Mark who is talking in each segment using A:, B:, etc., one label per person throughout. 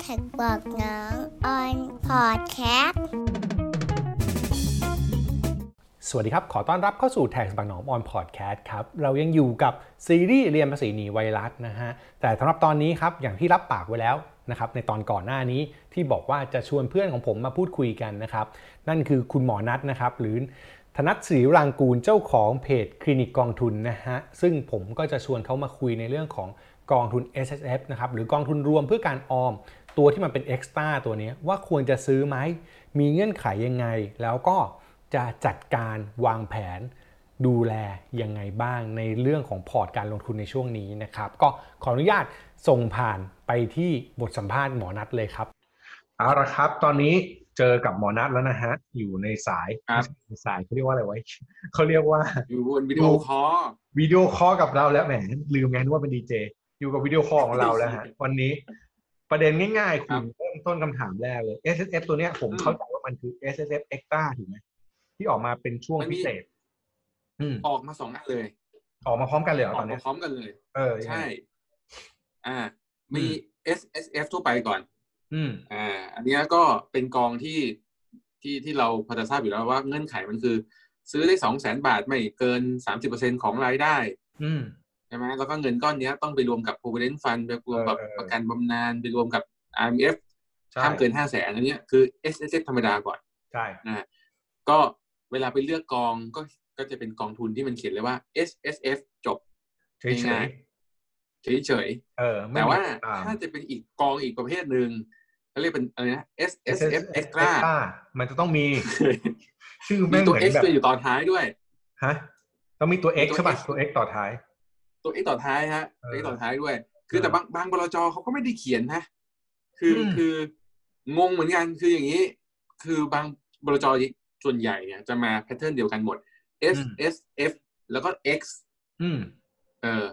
A: แขกบอกน้องออนพอดแคสต์
B: สวัสดีครับ ขอต้อนรับเข้าสู่แท็กบางหนอมออนพอดแคสต์ครับ เรายังอยู่กับซีรีส์เรียนภาษีหนีไวรัสนะฮะ แต่สำหรับตอนนี้ครับ อย่างที่รับปากไว้แล้วนะครับ ในตอนก่อนหน้านี้ที่บอกว่าจะชวนเพื่อนของผมมาพูดคุยกันนะครับ นั่นคือคุณหมอนัทนะครับ หรือธนัทศรีรังกูลเจ้าของเพจคลินิกกองทุนนะฮะ ซึ่งผมก็จะชวนเขามาคุยในเรื่องของกองทุน S S F นะครับ หรือกองทุนรวมเพื่อการออม ตัวที่มันเป็น Extra ตัวเนี้ยว่าควรจะซื้อไหม มีเงื่อนไขยังไง แล้วก็ จะจัดการวางแผนดูแลยังไงบ้างในเรื่องของพอร์ตการลงทุนในช่วงนี้นะครับ ก็ขออนุญาตส่งผ่านไปที่บทสัมภาษณ์หมอนัทเลยครับเอาละครับ ตอนนี้เจอกับหมอนัทแล้วนะฮะ อยู่ในสาย
C: ครับ
B: ในสายเขาเรียกว่าอะไรไว้ เขาเรียกว่า
C: อยู่บนวิดีโอคอล
B: วิดีโอคอลกับเราแล้วแหมลืมไงนึกว่าเป็นดีเจอยู่กับวิดีโอคอลของเราแล้ว ฮะ วันนี้ประเด็นง่ายๆคุ
C: ครั
B: ณ
C: บ
B: เริ่มต้นคำถามแรกเลย S S F ตัวเนี้ยผม
C: อืม
B: เข้าใจว่ามันคือ S S F Extra ถูกไหมที่ออกมาเป็นช่วงพิเศษ อืม
C: ออกมาสองอันเลย
B: ออกมาพร้อมกันเลยเหร
C: อ
B: อ
C: อ
B: ต
C: ก
B: อน
C: มา
B: เนี้ย
C: พร้อมกันเลย
B: เออยังไง
C: ใช่ อ่า มี S S F ทั่วไปก่อน
B: อืม
C: อ่า อันเนี้ยก็เป็นกองที่ที่ที่เราพอจะทราบอยู่แล้วว่าเงื่อนไขมันคือ ซื้อได้สองแสนบาทไม่เกินสามสิบเปอร์เซ็นของรายได้
B: อืม
C: ใช่ไหมแล้วก็เงินก้อนเนี้ยต้องไปรวมกับ provident fund ไปรวมกับ
B: เออเออ
C: ประกันบำนาญไปรวมกับ R M F
B: ใช่
C: ห้ามเกินห้าแสนอันเนี้ยคือ S S F ธรรมดาก่อน
B: ใช่
C: นะก็เวลาไปเลือกกองก็ก็จะเป็นกองทุนที่มันเขียนเลยว่า S S F จบ
B: เฉยเฉ
C: ง่าย ย เฉย
B: ๆเออ
C: ๆ
B: ไม่
C: แต่ว่า
B: มีอ่
C: ถ้าจะเป็นอีกกองอีกประเภทหนึ่งเขาเรียกเป็นอะไรนะ S S F Extra
B: อ่มันจะต้องมี ชื่อ
C: มี
B: แม่ง
C: ตัว
B: เหมือ
C: X
B: นแบบ
C: ด้วยอยู่ตอนท้ายด้วย
B: ฮะต้องมีตัว
C: มี
B: X
C: ตัว
B: ใช่ป่ะ
C: X
B: ตัว X ต่อท้าย
C: ตัว X ต่อท้ายฮะ
B: เออ
C: ตัว X ต่อท้ายด้วย คือ
B: เออ
C: แต่บางบางบลจเขาก็ไม่ได้เขียนนะ คือ
B: อืม
C: คืองงเหมือนกันคืออย่างนี้ คือบางบลจส่วนใหญ่เนี่ยจะมาแพทเทิร์นเดียวกันหมด S S F แล้วก็ X
B: อืม
C: เออ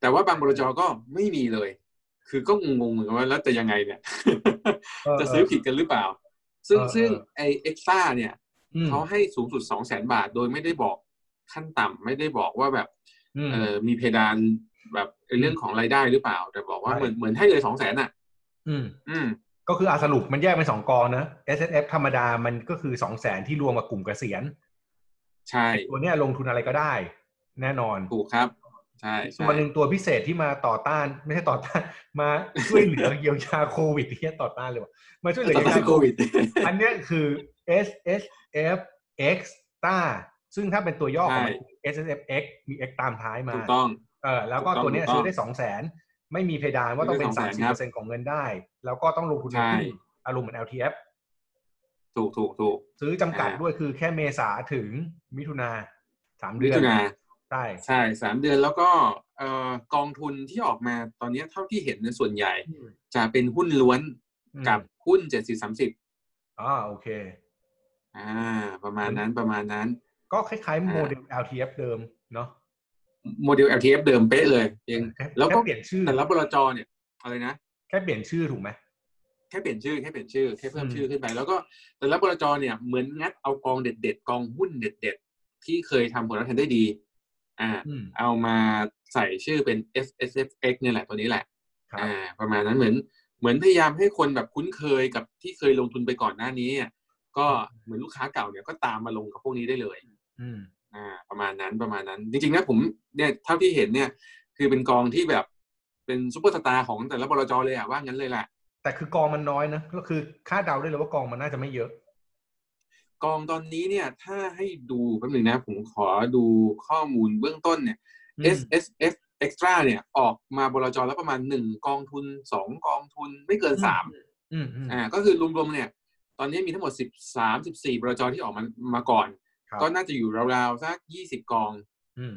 C: แต่ว่าบางบริจก็ไม่มีเลย คือก็งงๆเหมือนกันว่าแล้วจะยังไงเนี่ย
B: เออ
C: จะซื้อผิดกันหรือเปล่า ซึ่ง
B: เออเออ
C: ซึ่งไอเอ็กซ่าเนี่ย
B: อืม
C: เขาให้สูงสุดสองแสนบาท โดยไม่ได้บอกขั้นต่ำไม่ได้บอกว่าแบบ
B: อืม
C: เออมีเพดานแบบเรื่องของรายได้หรือเปล่า แต่บอกว่า
B: ใช่
C: เหมือนเหมือนให้เลยสองแสนอ่ะ
B: อืม
C: อืม
B: ก็คืออาสรุปมันแยกเป็นสองกองนะ S S F ธรรมดามันก็คือสองแสนที่รวมกับกลุ่มเกษียณ
C: ใช่
B: ตัวเนี้ยลงทุนอะไรก็ได้ แน่นอน
C: ถูกครับ ใช่ใช่
B: ตัวหนึ่งตัวพิเศษที่มาต่อต้าน ไม่ใช่ต่อต้าน มาช่วยเหลือเยียวยาโควิดที่ต่อต้านเลยว่ะมาช่วยเหลือ
C: ต่อ
B: เยียว
C: ต้า
B: ยาน โค
C: โค
B: วิด
C: วิด
B: อันเนี้ยคือ S S F X t a ซึ่งถ้าเป็นตัวย่อของมัน
C: ใช่
B: S S F X มี X ตามท้ายมา
C: ถูกต้อง
B: เออแล้วก็
C: ถูกต้อง
B: ตัวเนี้ย
C: ถูกต้อง
B: ซื้อได้สองแสนไม่มีเพดานว่าต้องเป็น
C: ซื้อ
B: สามสิ
C: ได้
B: บเปอร์เซ็น
C: 200,000
B: ของเงินได้ แล้วก็ต้องลงทุนใน
C: ใช่
B: หุ้นอารมณ์เหมือน LTF
C: ถูกถูกถูก
B: ซื้อจำกัด
C: อ่า
B: ด้วยคือแค่เมษาถึงมิถุนาสาม
C: มิ
B: เดือน
C: ถุนา
B: ใช่
C: ใช่สามเดือนแล้วก็เอ่อกองทุนที่ออกมาตอนเนี้ยเท่าที่เห็นเนี่ยส่วนใหญ่ จะเป็นหุ้นล้วนกับหุ้นเจ็ดสิบสามสิบ
B: อ๋อโอเค
C: อ่า ประมาณนั้นประมาณนั้น
B: ก็คล้ายๆ
C: อ่า
B: โมเดล LTF เดิมเนาะ
C: โมเดล LTF เดิมเป๊ะเลยเพียง แล้วก็
B: ค่เปลี่ยนชื่อ
C: แต่ละบลจเนี่ยอะไรนะ
B: แค่เปลี่ยนชื่อถูกไหม
C: แค่เปลี่ยนชื่อแค่เปลี่ยนชื่อแค่เพิ่ม
B: อืม
C: ชื่อขึ้นไป แล้วก็แต่ละบลจเนี่ยเหมือนงัดเอากองเด็ดๆกองหุ้นเด็ดๆ ที่เคยทำผลตอบแทนได้ดี อ่า
B: อืม
C: เอามาใส่ชื่อเป็น S S F X เนี่ยแหละตัวนี้แหละ
B: ครับ
C: อ่าประมาณนั้นเหมือนเหมือนพยายามให้คนแบบคุ้นเคยกับที่เคยลงทุนไปก่อนหน้านี้อ่ะก็เหมือนลูกค้าเก่าเนี่ยก็ตามมาลงกับพวกนี้ได้เลย
B: อืม
C: อ่าประมาณนั้นประมาณนั้น จริงๆนะผมเนี่ยเท่าที่เห็นเนี่ย คือเป็นกองที่แบบเป็นซุปเปอร์สตาร์ของแต่ละบลจเลยอ่ะว่างั้นเลยแหละ
B: แต่คือกองมันน้อยนะก็คือคาดเดาได้เลยว่ากองมันน่าจะไม่เยอะ
C: กองตอนนี้เนี่ยถ้าให้ดูแป๊บหนึ่งนะ ผมขอดูข้อมูลเบื้องต้นเนี่ย S S F Extra เนี่ยออกมาบลจแล้วประมาณหนึ่งกองทุนสองกองทุนไม่เกินสาม
B: อืมอืม
C: อ่าก็คือรวมๆเนี่ย ตอนนี้มีทั้งหมด 13 14บรจที่ออกมามาก่อน
B: ครับ
C: ก็น่าจะอยู่ราวๆสัก 20 กอง
B: อืม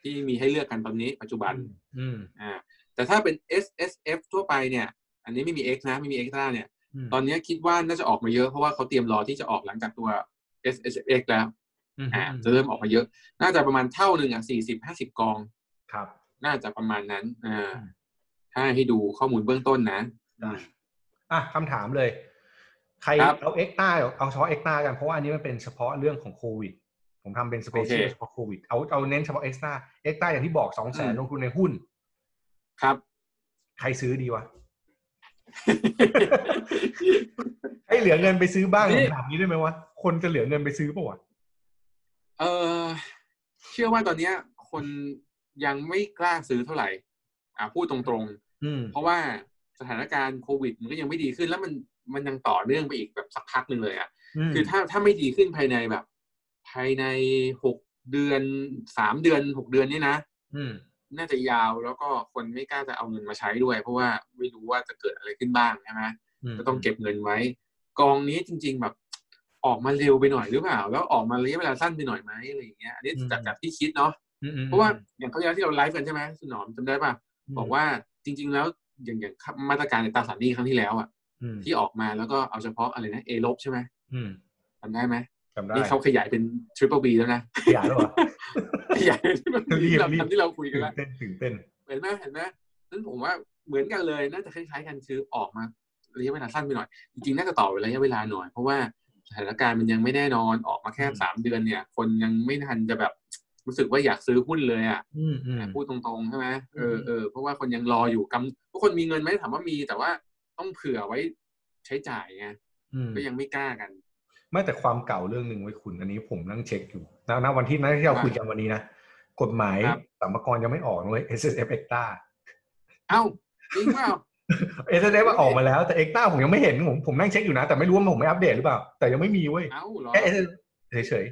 C: ที่มีให้เลือกกันตอนนี้ปัจจุบัน
B: อืม
C: อ่าแต่ถ้าเป็น S S F ทั่วไปเนี่ย อันนี้ไม่มี X นะ ไม่มี X หน้าเนี่ย
B: ม
C: ตอนนี้คิดว่าน่าจะออกมาเยอะ เพราะว่าเขาเตรียมรอที่จะออกหลังจากตัว S S F แล้ว
B: อืม
C: อ่าจะ
B: อืม
C: เริ่มออกมาเยอะ น่าจะประมาณเท่าหนึ่งอ่ะ40 50 กอง
B: ครับ
C: น่าจะประมาณนั้นอ่า
B: อืม
C: ถ้าให้ดูข้อมูลเบื้องต้นนะ
B: ได้อ่ะคำถามเลย ใคร
C: ครับ
B: เอาเอ็กต้าเอาเฉพาะเอ็กต้ากันเพราะว่าอันนี้มันเป็นเฉพาะเรื่องของโควิด ผมทำเป็นสเปเชียลเฉพาะโควิดเอาเอาเน้นเฉพาะเอ็กต้าเอ็กต้าอย่าง ที่บอกสองแสนลงทุนในหุ้น
C: ครับ
B: ใครซื้อดีวะ ให้เหลือเงินไปซื้อบ้าง
C: นี่
B: ถามนี้ได้ไหมวะคนจะเหลือเงินไปซื้อปะวะ
C: เออเชื่อว่าตอนเนี้ย คนยังไม่กล้าซื้อเท่าไหร่ อ่าพูดตรง
B: อืม
C: ๆ เพราะว่าสถานการณ์โควิดมันก็ยังไม่ดีขึ้น แล้วมันมันยังต่อเนื่องไปอีกแบบสักพักหนึ่งเลยอ่ะ
B: ม
C: คือถ้าถ้าไม่ดีขึ้นภายในแบบ ภายในหกเดือนสามเดือนหกเดือนนี่นะ
B: อืม
C: น่าจะยาวแล้วก็คนไม่กล้าจะเอาเงินมาใช้ด้วย เพราะว่าไม่รู้ว่าจะเกิดอะไรขึ้นบ้างใช่ไหมก็ต้องเก็บเงินไว้ กองนี้จริง ๆ แบบ ออกมาเร็วไปหน่อยหรือเปล่า แล้วออกมาระยะเวลาสั้นไปหน่อยไหมอะไรอย่างเงี้ยอันนี้
B: อืม
C: จากจากที่คิดเนาะ
B: อืมอืม
C: เพราะว่าอย่างเขาวที่แล้วที่เราไลฟ์กันใช่ไหมคุณหนอมจำได้ป่ะบอกว่าจริง ๆ แล้วอย่างอย่างมาตรการในตราสารหนี้ครั้งที่แล้วอ่ะ
B: อืม
C: ที่ออกมาแล้วก็เอาเฉพาะอะไรนะเอลบใช่ไหม
B: อืม
C: จำได้ไหม
B: จำได้
C: นี่เขาขยายเป็น Triple B แล้ว นะ
B: อย่าหร อ
C: ขยายเป็น Triple B
B: รีบ
C: ตาม
B: รีบ
C: ที่เราคุยกัน
B: ตื่น
C: แล้ว
B: เต้นตื่นเต้น
C: เห็นไหมเห็นไหมนั้นผมว่าเหมือนกันเลยน่าจะคล้ายๆกันคือออกมาระยะเวลาสั้นไปหน่อย จริงๆน่าจะต่อระยะเวลาหน่อย เพราะว่าสถานการณ์มันยังไม่แน่นอนออกมาแค่
B: อืม
C: สามเดือนเนี่ย คนยังไม่ทันจะแบบรู้สึกว่าอยากซื้อหุ้นเลยอ่ะ
B: อืมอืม
C: พูดตรงๆใช่ไหมเออ
B: อืม
C: เออเพราะว่าคนยังรออยู่กำทุกคนมีเงินไหมถามว่ามีแต่ว่าต้องเผื่อไว้ใช้จ่ายไง
B: อืม
C: ก็ยังไม่กล้ากัน
B: ไม่แต่ความเก่าเรื่องหนึ่งไว้ยคุณ อันนี้ผมนั่งเช็คอยู่นะนะวันที่นั้นที่เราคุยกันวันนี้นะ กฎหมาย
C: ครับ
B: สัมภากรยังไม่ออกเลย S S F เอ็กตา
C: เอ้าจริงเปล่า
B: S S F ออกมาแล้วแต่เอ็กตาผมยังไม่เห็นผมผมนั่งเช็คอยู่นะ แต่ไม่รู้ว่าผมไม่อัปเดตหรือเปล่า แต่ยังไม่มีเว้ย
C: เอ้าเหรอ
B: เอ๊ะ SS เฉย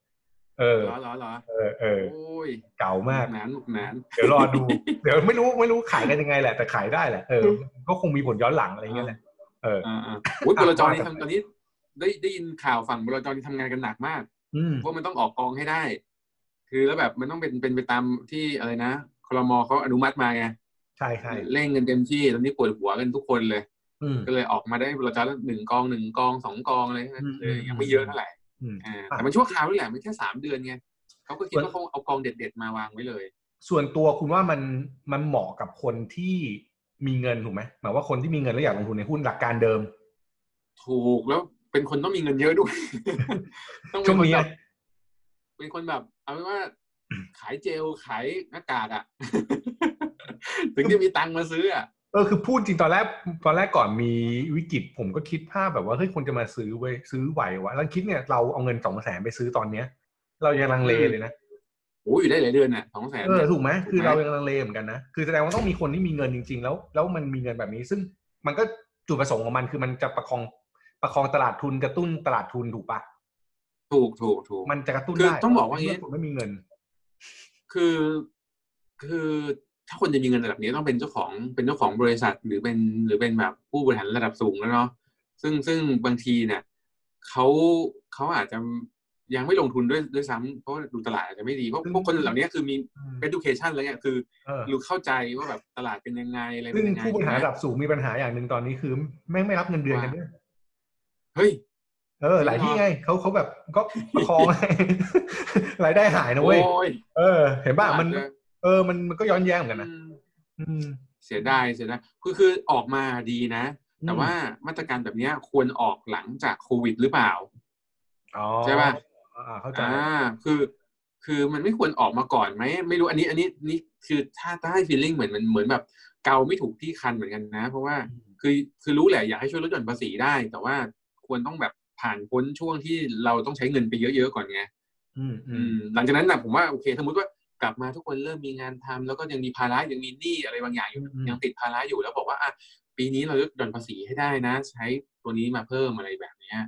B: ๆเออ
C: เหรอเหรอเหรอ
B: เออเออ
C: โอ้ย
B: เก่า
C: ห
B: มา
C: นุ
B: ก
C: กหนานหนุกหนาน
B: เดี๋ยวรอดู เดี๋ยวไม่รู้ไม่รู้ขายกันยังไงแหละ แต่ขายได้แหละเออก็คงมีผลย้อนหลังอะไรเงี้ยแหละเออ
C: อ่าอ่าโอ้ยบลจ
B: ว่า
C: นี่
B: กันไป
C: ทำตอนนี้ได้ได้ยินข่าวฝั่งบลจนี่ทำงานกันหนักมาก
B: อืม
C: เพราะมันต้องออกกองให้ได้ คือแล้วแบบมันต้องเป็นเป็นไปตามที่อะไรนะคลมเขาอนุมัติมาไง
B: ใช่ใช่
C: เร่งกันเต็มที่ตอนนี้ปวดหัวกันทุกคนเลย
B: อืม
C: ก็เลยออกมาได้บรจาคหนึ่งกองหนึ่งกองสองกองเลย
B: อืม
C: เลย
B: อื
C: ยัง
B: ม
C: ไม่เยอะเท่าไหร่
B: อืม
C: อ่า
B: อ่ะ
C: แต่มันชั่วคราวนี่แหละมันแค่สามเดือนไงเขาก็คิด
B: ส่วน
C: ว่าเขาเอากองเด็ดๆมาวางไว้เลย
B: ส่วนตัวคุณว่ามันมันเหมาะกับคนที่มีเงินถูกไหมหมายว่าคนที่มีเงินแล้วอยากลงทุนในหุ้นหลักการเดิม
C: ถูกแล้วเป็นคนต้องมีเงินเยอะ ด้วย ต้องเป็
B: ช่วน ง
C: คน
B: นี้
C: แบ
B: อะ
C: บเป็นคนแบบ เอาเป็นว่าขายเจลขายหน้ากากอ่ะ ถึงจะมีตังค์มาซื้ออ่ะ
B: เออคือพูดจริงตอนแรกตอนแรกก่อนมีวิกฤตผมก็คิดภาพแบบว่าเฮ้ยคนจะมาซื้อเว้ยซื้อไหววะแล้วคิดเนี่ยเราเอาเงินสองแสนไปซื้อตอนเนี้ย เรายังลังเลเลยนะ
C: โอ้ยอยู่ได้หลายเดือนน่ะสองแสน
B: เออถูกไหม
C: ถูกไหม
B: คือเรายังลังเลเหมือนกันนะคือแสดงว่าต้องมีคนที่มีเงินจริง ๆ แล้ว แล้วมันมีเงินแบบนี้ ซึ่งมันก็จุดประสงค์ของมันคือมันจะประคองประคองตลาดทุนกระตุ้นตลาดทุนถูกปะ
C: ถูกถูกถูก
B: มันจะกระตุ้น
C: คือ
B: ได้
C: ต้องบอกว่าอย่างงี้
B: เมื่คุณไม่มีเงิน
C: คือคือถ้าคนจะมีเงินระดับนี้ต้องเป็นเจ้าของเป็นเจ้าของบริษัทหรือเป็นหรือเป็นแบบผู้บริหารระดับสูงแล้วเนาะซึ่งซึ่งบางทีเนี่ยเขาเขาอาจจะยังไม่ลงทุนด้วยด้วยซ้ำเพราะว่าดูตลาดอาจจะไม่ดีเพราะพวกคนเหล่านี้คือมี
B: อืม
C: education แล้วเนี่ยคือ
B: เออ
C: รู้เข้าใจว่าแบบตลาดเป็นยังไงอะไร
B: ซึ่
C: เป็
B: ง
C: นยังไง
B: ผู้บริหารระ
C: ใช่
B: ดั
C: ไหม
B: บสูงมีปัญหาอย่างหนึ่งตอนนี้คือแม่งไม่รับเงินเดือนกันด้วย
C: เฮ้ย
B: เออ หลายที่ไงเขาเขาแบบก็ประคอง รายได้หายนะ
C: โอ้
B: เว้ย
C: ย
B: เออ เห็นป่ะมัน
C: อาจจะ
B: เออมันมันก็ย้อนแย้งเหมือนกันนะ
C: อืม
B: อืม
C: เสียดายเสียดายคือคือออกมาดีนะ
B: อืม
C: แต่ว่ามาตรการแบบเนี้ยควรออกหลังจากโควิดหรือเปล่า
B: อ๋อ
C: ใช่ป่ะ
B: อ่าเข้าใจ
C: อ่า คือ คือมันไม่ควรออกมาก่อนไหมไม่รู้อันนี้อันนี้นี่คือถ้าถ้าให้ feeling เหมือนมันเหมือนแบบเกาไม่ถูกที่คันเหมือนกันนะ เพราะว่าคือคือรู้แหละอยากให้ช่วยลดหย่อนภาษีได้ แต่ว่าควรต้องแบบผ่านพ้นช่วงที่เราต้องใช้เงินไปเยอะๆก่อนไง
B: อืมอื
C: อื
B: ม
C: มหลังจากนั้นนะผมว่าโอเคสมมติว่ากลับมาทุกคนเริ่มมีงานทำแล้วก็ยังมีภาระยังมีหนี้อะไรบางอย่างอยู่
B: อืม
C: ยังติดภาระอยู่แล้วบอกว่าอ่ะปีนี้เราลดหย่อนภาษีให้ได้นะ ใช้ตัวนี้มาเพิ่มอะไรแบบเนี้ย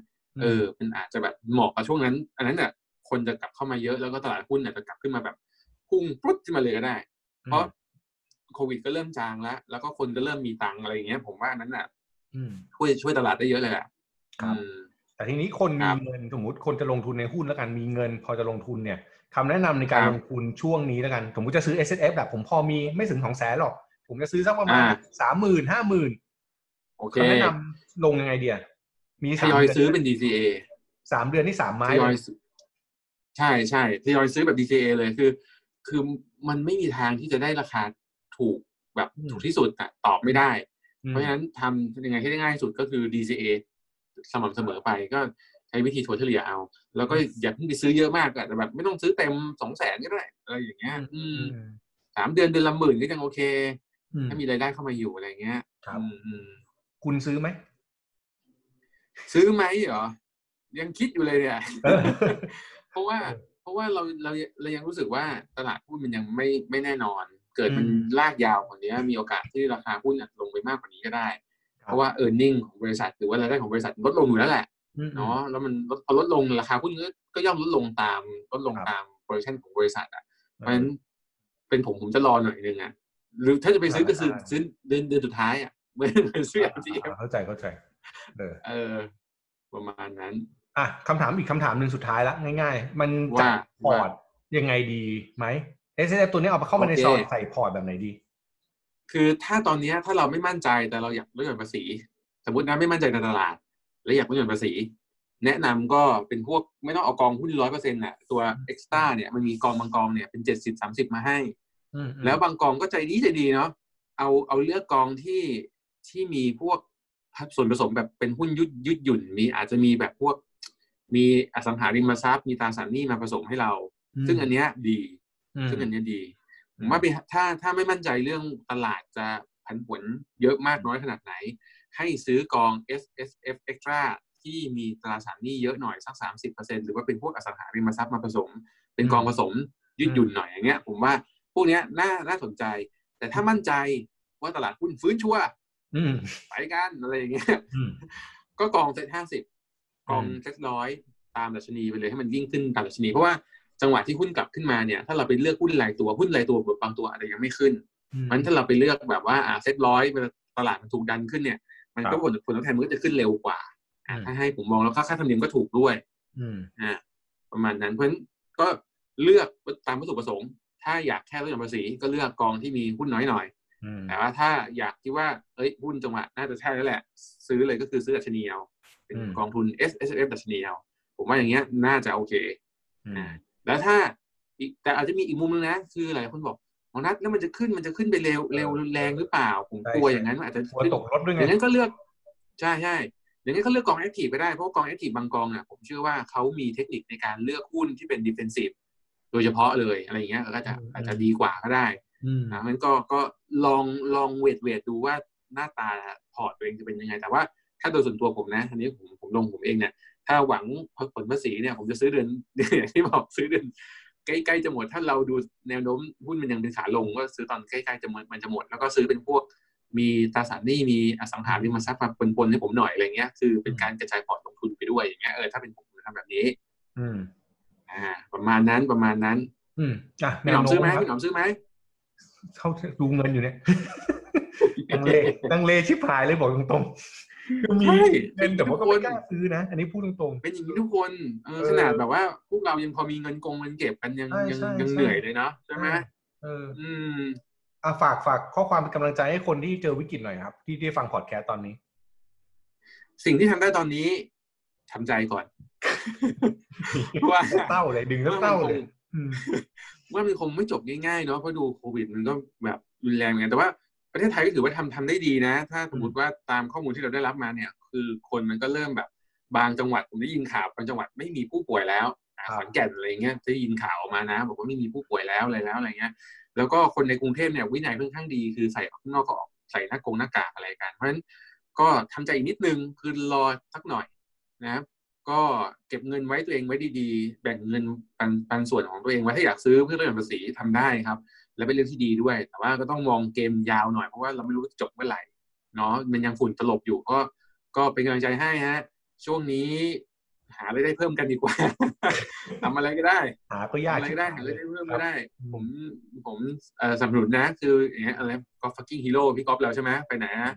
C: เออมันอาจจะแบบเหมาะกับช่วงนั้น อันนั้นน่ะคนจะกลับเข้ามาเยอะแล้วก็ตลาดหุ้นอาจจะกลับขึ้นมาแบบพุ่งปรุ๊ดขึ้นมาเลยก็ได้ เพราะโควิดก็เริ่มจางแล้ว แล้วก็คนก็เริ่มมีตังค์อะไรอย่างเงี้ย ผมว่าอันนั้นน่ะ
B: อืม
C: ช่วยช่วยตลาดได้เยอะเลยแหละ
B: ครับ
C: อืม
B: แต่ทีนี้คนมี
C: ครับ
B: เงินสมมติคนจะลงทุนในหุ้นแล้วกันมีเงิน พอจะลงทุนเนี่ยคำแนะนำในการ
C: ครับ
B: ลงทุนช่วงนี้แล้วกันสมมติจะซื้อ S S F แบบผมพอมีไม่ถึงสองแสนหรอก ผมจะซื้อสักประมาณ
C: อ่า
B: สามหมื่นห้าหมื่น
C: โอเค
B: คำแนะนำลงยังไงเดียมี
C: ท
B: สาม
C: ยอย
B: เดือน
C: ซื้อเป็น DCA
B: สามเดือนที่สามไม้
C: ทยอยซื้อใช่ใช่ทยอยซื้อแบบ DCA เลยคือ คือมันไม่มีทางที่จะได้ราคาถูกแบบถูกที่สุดอะตอบไม่ได้
B: อืม
C: เพราะฉะนั้นทำยังไงให้ได้ง่ายที่สุดก็คือ DCA สม่ำเสมอไปก็ใช้วิธีถัวเฉลี่ยเอา แล้วก็อย่าเพิ่งไปซื้อเยอะมากอะแต่แบบไม่ต้องซื้อเต็มสองแสนก็ได้อะไรอย่างเงี้ยอื
B: อื
C: ม
B: ม
C: สามเดือนเดือนละหมื่นก็ยังโอเค
B: อืม
C: ถ้ามีรายได้เข้ามาอยู่อะไรเงี้ย
B: ครับ
C: อืมอืม
B: คุณซื้อไหม
C: ซื้อไหมเหรอ ยังคิดอยู่เลยเนี่ย
B: เออ
C: เพราะว่าเพราะว่าเราเราเรายังรู้สึกว่าตลาดหุ้นมันยังไม่ไม่แน่นอน เกิดมัน
B: อืม
C: ลากยาวกว่านี้มีโอกาสที่ราคาหุ้นอาจจะลงไปมากกว่านี้ก็ได้
B: ครับ
C: เพราะว่าเออร์เน็งของบริษัทหรือว่ารายได้ของบริษัทลดลงอยู่แล้วแหละ
B: อืม
C: เนาะแล้วมันลดพอลดลงราคาหุ้นก็ก็ย่อมลดลงตามลดลง
B: ครับ
C: ตามโปรดักชันของบริษัทอ่ะเพราะฉะนั้นเป็นผมผมจะรอหน่อยนึงอ่ะหรือถ้าจะไปซื้อก็ซื้อซื้อเดือนเดือนสุดท้ายอ่ะเหมื่อนซื้อ MTF
B: เข้าใจเข้าใจ เออ
C: เออ ประมาณนั้น
B: อ่ะคำถามอีกคำถามหนึ่งสุดท้ายละง่าย ๆ มันจัด
C: ว่า
B: พอร์ตยังไงดีไหม S S F ตัวนี้เอาเข้ามาใน
C: โอเค
B: ซองใส่พอร์ตแบบไหนดี
C: คือถ้าตอนเนี้ยถ้าเราไม่มั่นใจแต่เราอยากลดหย่อนภาษี สมมตินะไม่มั่นใจในตลาด และอยากลดหย่อนภาษี แนะนำก็เป็นพวกไม่ต้องเอากองหุ้นร้อยเปอร์เซ็นต์น่ะตัวเอ็กซ์ต้าเนี่ยมันมีกองบางกองเนี่ยเป็นเจ็ดสิบสามสิบมาให้
B: อืมๆ
C: แล้วบางกองก็ใจดีใจดีเนาะเอาเอาเลือกกองที่ที่มีพวกส่วนผสมแบบเป็นหุ้นยุดยุดหยุ่นมีอาจจะมีแบบพวก มีอสังหาริมทรัพย์มีตราสารหนี้มาผสมให้เรา ซึ่งอันเนี้ยดี
B: อืม
C: ซึ่งอันเนี้ยดีผ
B: อืม
C: มว่าไปถ้าถ้าไม่มั่นใจเรื่องตลาดจะผันผวนเยอะมากน้อยขนาดไหน ให้ซื้อกอง S S F Extra ที่มีตราสารหนี้เยอะหน่อยสัก 30%หรือว่าเป็นพวกอสังหาริมทรัพย์มาผสม เป็นกองผสมยืดหยุ่นหน่อยอย่างเงี้ย ผมว่าพวกเนี้ยน่าน่าสนใจ แต่ถ้ามั่นใจว่าตลาดหุ้นฟื้นชัวร์
B: อืม
C: ไปกันอะไรอย่างเงี้ย
B: อืม
C: ก็กองเซตห้าสิบกอง
B: อืม
C: เซตร้อยตามดัชนีไปเลยให้มันยิ่งขึ้นตามดัชนี เพราะว่าจังหวะที่หุ้นกลับขึ้นมาเนี่ย ถ้าเราไปเลือกหุ้นรายตัวหุ้นรายตัวบางตัวอาจจะยังไม่ขึ้นมันถ้าเราไปเลือกแบบว่าอ่าเซตร้อยเวลาตลาดมันถูกดันขึ้นเนี่ย มันก็ผลผลตอบแทนมันก็จะขึ้นเร็วกว่าอ่ะถ้าให้ผมมองแล้วค่าค่าธรรมเนียมก็ถูกด้วย
B: อืม
C: อ่าประมาณนั้นเพราะฉะนั้นก็เลือกตามวัตถุประสงค์ ถ้าอยากแค่ลดหย่อนภาษีก็เลือกกองที่มีหุ้นน้อยหน่อย
B: อืม
C: แต่ว่าถ้าอยากคิดว่าเอ้ยหุ้นจังหวะน่าจะใช่แล้วแหละ ซื้อเลยก็คือซื้อดัชนีเอาเป็น
B: อืม
C: กองทุน S S F ดัชนีเอาผมว่าอย่างเงี้ยน่าจะโอเค
B: อืม
C: แล้วถ้าอีกแต่อาจจะมีอีกมุมนึงนะ คือหลายคนบอกหมอนัทแล้วมันจะขึ้นมันจะขึ้นไปเร็วเร็วแรงหรือเปล่า ผม
B: ใช่
C: กลัว
B: ใช่
C: อย่างนั้นมันอาจจะ
B: กลัวตกรถด้วย
C: อ
B: ไง
C: ย่างนั้นก็เลือกใช่ใช่อย่างนั้นก็เลือกกองแอคทีฟไปได้เพราะว่ากองแอคทีฟบางกองเนี่ยผมเชื่อว่าเขามีเทคนิคในการเลือกหุ้นที่เป็นดิเฟนซีฟโดยเฉพาะเลยอะไรอย่างเงี้ยก็อาจจะอาจจะดีกว่าก็ได้
B: อืม
C: นะมันก็ก็ลองลองเวทเวทดูว่าหน้าตาพอร์ตตัวเองจะเป็นยังไง แต่ว่าถ้าโดยส่วนตัวผมนะอันนี้ผมผมลงผมเองเนี่ยถ้าหวังผลภาษีเนี่ยผมจะซื้อเดือน อย่างที่บอกซื้อเดือนใกล้ๆจะหมด ถ้าเราดูแนวโน้มหุ้นมันยังเป็นขาลงก็ซื้อตอนใกล้ๆจะหมดมันจะหมด แล้วก็ซื้อเป็นพวกมีตราสารหนี้มีอสังหาริมทรัพย์มาปนๆให้ผมหน่อยอะไรเงี้ยคือเป็นการกระจายพอร์ตลงทุนไปด้วยอย่างเงี้ยเออถ้าเป็นผมผมทำแบบนี้
B: อืม
C: อ่าประมาณนั้นประมาณนั้น
B: อืมอ่ะ
C: พี่หนอมซื้อไหม
B: แนวโน้
C: พี่หนอมซื้อไหม
B: เข้าดูเงินอยู่เนี่ย ดังเลดังเลชิบหายเลยบอกตรงๆคือมี
C: ใช่
B: เงินแต่ว่าก็ไม่กล้าซื้อนะ อันนี้พูดตรงๆ
C: เป็นอย่างนี้ทุกคนเออ
B: เออ
C: ขนาดแบบว่าพวกเรายังพอมีเงินกงเงินเก็บกันยัง
B: ใช่
C: ยัง
B: ใช่
C: ยัง
B: ใช่
C: เหนื่อยเลยเนาะใช่ไหม
B: เออ
C: อืม
B: อ่ะฝากฝากข้อความเป็นกำลังใจให้คนที่เจอวิกฤตหน่อยครับ ที่ที่ฟังพอดแคสต์ตอนนี้
C: สิ่งที่ทำได้ตอนนี้ทำใจก่อน เพราะว่า
B: เศ ร้าเลยดึงแล้วเศร้าเลยอืม
C: ว่ามันคงไม่จบง่ายๆเนาะเพราะดูโควิดมันก็แบบรุนแรงเหมือนกันแต่ว่าประเทศไทยก็ถือว่าทำทำได้ดีนะ ถ้าสมมติว่าตามข้อมูลที่เราได้รับมาเนี่ย คือคนมันก็เริ่มแบบ บางจังหวัดผมได้ยินข่าวบางจังหวัดไม่มีผู้ป่วยแล้วอ่ะขอนแก่นอะไรเงี้ยได้ยินข่าวออกมานะ บอกว่าไม่มีผู้ป่วยแล้วอะไรแล้วอะไรเงี้ย แล้วก็คนในกรุงเทพเนี่ยวินัยค่อนข้างดีคือใส่ออกข้างนอกก็ออกใส่หน้ากงหน้ากากอะไรกัน เพราะฉะนั้นก็ทำใจอีกนิดนึงคือรอสักหน่อยนะครับก็เก็บเงินไว้ตัวเองไว้ดีๆ แบ่งเงินปันปันส่วนของตัวเองไว้ถ้าอยากซื้อเพื่อลดหย่อนภาษีทำได้ครับ และเป็นเรื่องที่ดีด้วย แต่ว่าก็ต้องมองเกมยาวหน่อยเพราะว่าเราไม่รู้ว่าจะจบเมื่อไหร่เนาะมันยังฝุ่นตลบอยู่ก็ก็เป็นกำลังใจให้ฮะช่วงนี้ หาอะไรายได้เพิ่มกันดีกว่า ทำอะไรก็ได้
B: หาก็ยาก
C: อะไรก็ได้หาเรื่องเพิ่มก็ได้
B: อืม
C: ผมผมเอ่อสนับสนุนนะ คืออย่างเงี้ยอะไรก็ฟักกิ้งฮีโร่พี่ก๊อฟเราใช่ไหมไปไหนนะ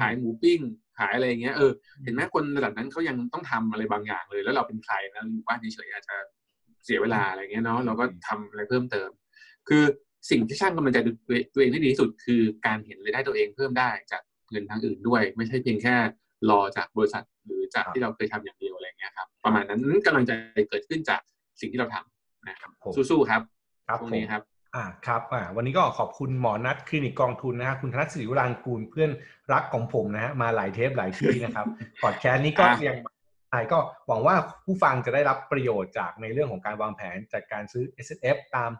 B: ขายหมูปิ้ง
C: ขายหมูปิ้ง ขายอะไรอย่างเงี้ยเออเห็นไหมคนระดับนั้นเขายังต้องทำอะไรบางอย่างเลย แล้วเราเป็นใครนะอยู่บ้านเฉยๆอาจจะเสียเวลาอะไรเงี้ยเนาะเราก็ทำอะไรเพิ่มเติม คือสิ่งที่สร้างกำลังใจตัวเองที่ดีที่สุด คือการเห็นรายได้ตัวเองเพิ่มได้จากเงินทางอื่นด้วย ไม่ใช่เพียงแค่รอจากบริษัทหรือจาก
B: ครับ
C: ที่เราเคยทำอย่างเดียวอะไรเงี้ยครับประมาณนั้นกำลังใจเกิดขึ้นจากสิ่งที่เราทำนะครับ
B: ผม
C: สู้ๆครับ
B: ครับ
C: ตรง
B: ผม
C: นี้ครับ
B: อ่าครับอ่าวันนี้ก็ขอบคุณหมอนัทคลินิกกองทุนนะฮะคุณธนศิริวรางกูลเพื่อนรักของผมนะฮะมาหลายเทปหลายที่นะครับ พอดแคสต์นี้ก็
C: อ่ะ
B: ยังใช่ก็หวังว่าผู้ฟังจะได้รับประโยชน์จากในเรื่องของการวางแผนจากการซื้อ S F ตาม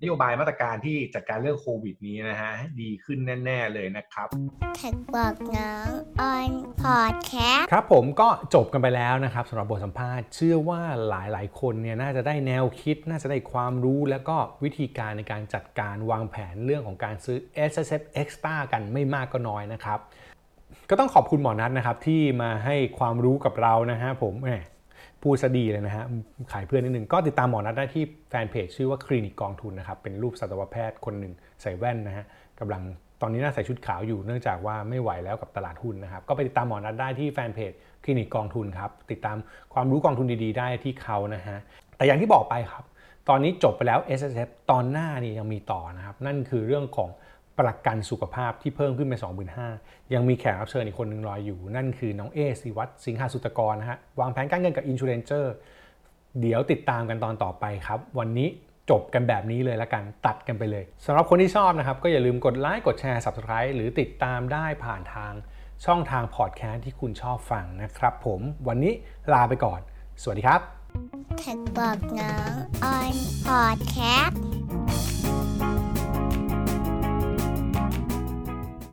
D: นโยบายมาตรการที่จัดการเรื่องโควิดนี้นะฮะดีขึ้นแน่ ๆ เลยนะครับ
A: แท็กบอกน้องออนพอดแคสต์
B: ครับผมก็จบกันไปแล้วนะครับสำหรับบทสัมภาษณ์เชื่อว่าหลายๆ คนเนี่ยน่าจะได้แนวคิด น่าจะได้ความรู้แล้วก็วิธีการในการจัดการวางแผนเรื่องของการซื้อ S S F Extra กันไม่มากก็น้อยนะครับ ก็ต้องขอบคุณหมอนัทนะครับที่มาให้ความรู้กับเรานะฮะผมแหมพูดซะดีเลยนะฮะขายเพื่อนนิดนึง ก็ติดตามหมอนัทได้ที่แฟนเพจชื่อว่าคลินิกกองทุนนะครับเป็นรูปสัตวแพทย์คนหนึ่งใส่แว่นนะฮะกำลังตอนนี้น่าใส่ชุดขาวอยู่เนื่องจากว่าไม่ไหวแล้วกับตลาดหุ้นนะครับก็ไปติดตามหมอนัทได้ที่แฟนเพจคลินิกกองทุนครับติดตามความรู้กองทุนดีๆ ได้ที่เขานะฮะแต่อย่างที่บอกไปครับ ตอนนี้จบไปแล้ว S S F ตอนหน้านี่ยังมีต่อนะครับ นั่นคือเรื่องของประกันสุขภาพที่เพิ่มขึ้นเป็น25,000ยังมีแขกรับเชิญอีกคนหนึ่งรอยอยู่ นั่นคือน้องเอศิวัตรสิงหาสุตกรนะฮะ วางแผนการเงินกับอินชูเรนเจอร์เดี๋ยวติดตามกันตอนต่อไปครับ วันนี้จบกันแบบนี้เลยละกันตัดกันไปเลยสำหรับคนที่ชอบนะครับ ก็อย่าลืมกดไลค์กดแชร์ Subscribe หรือติดตามได้ผ่านทางช่องทางพอดแคสต์ที่คุณชอบฟังนะครับ ผมวันนี้ลาไปก่อน สวัสดีครับ
A: แท็กบอกน้องออนพอดแคสต์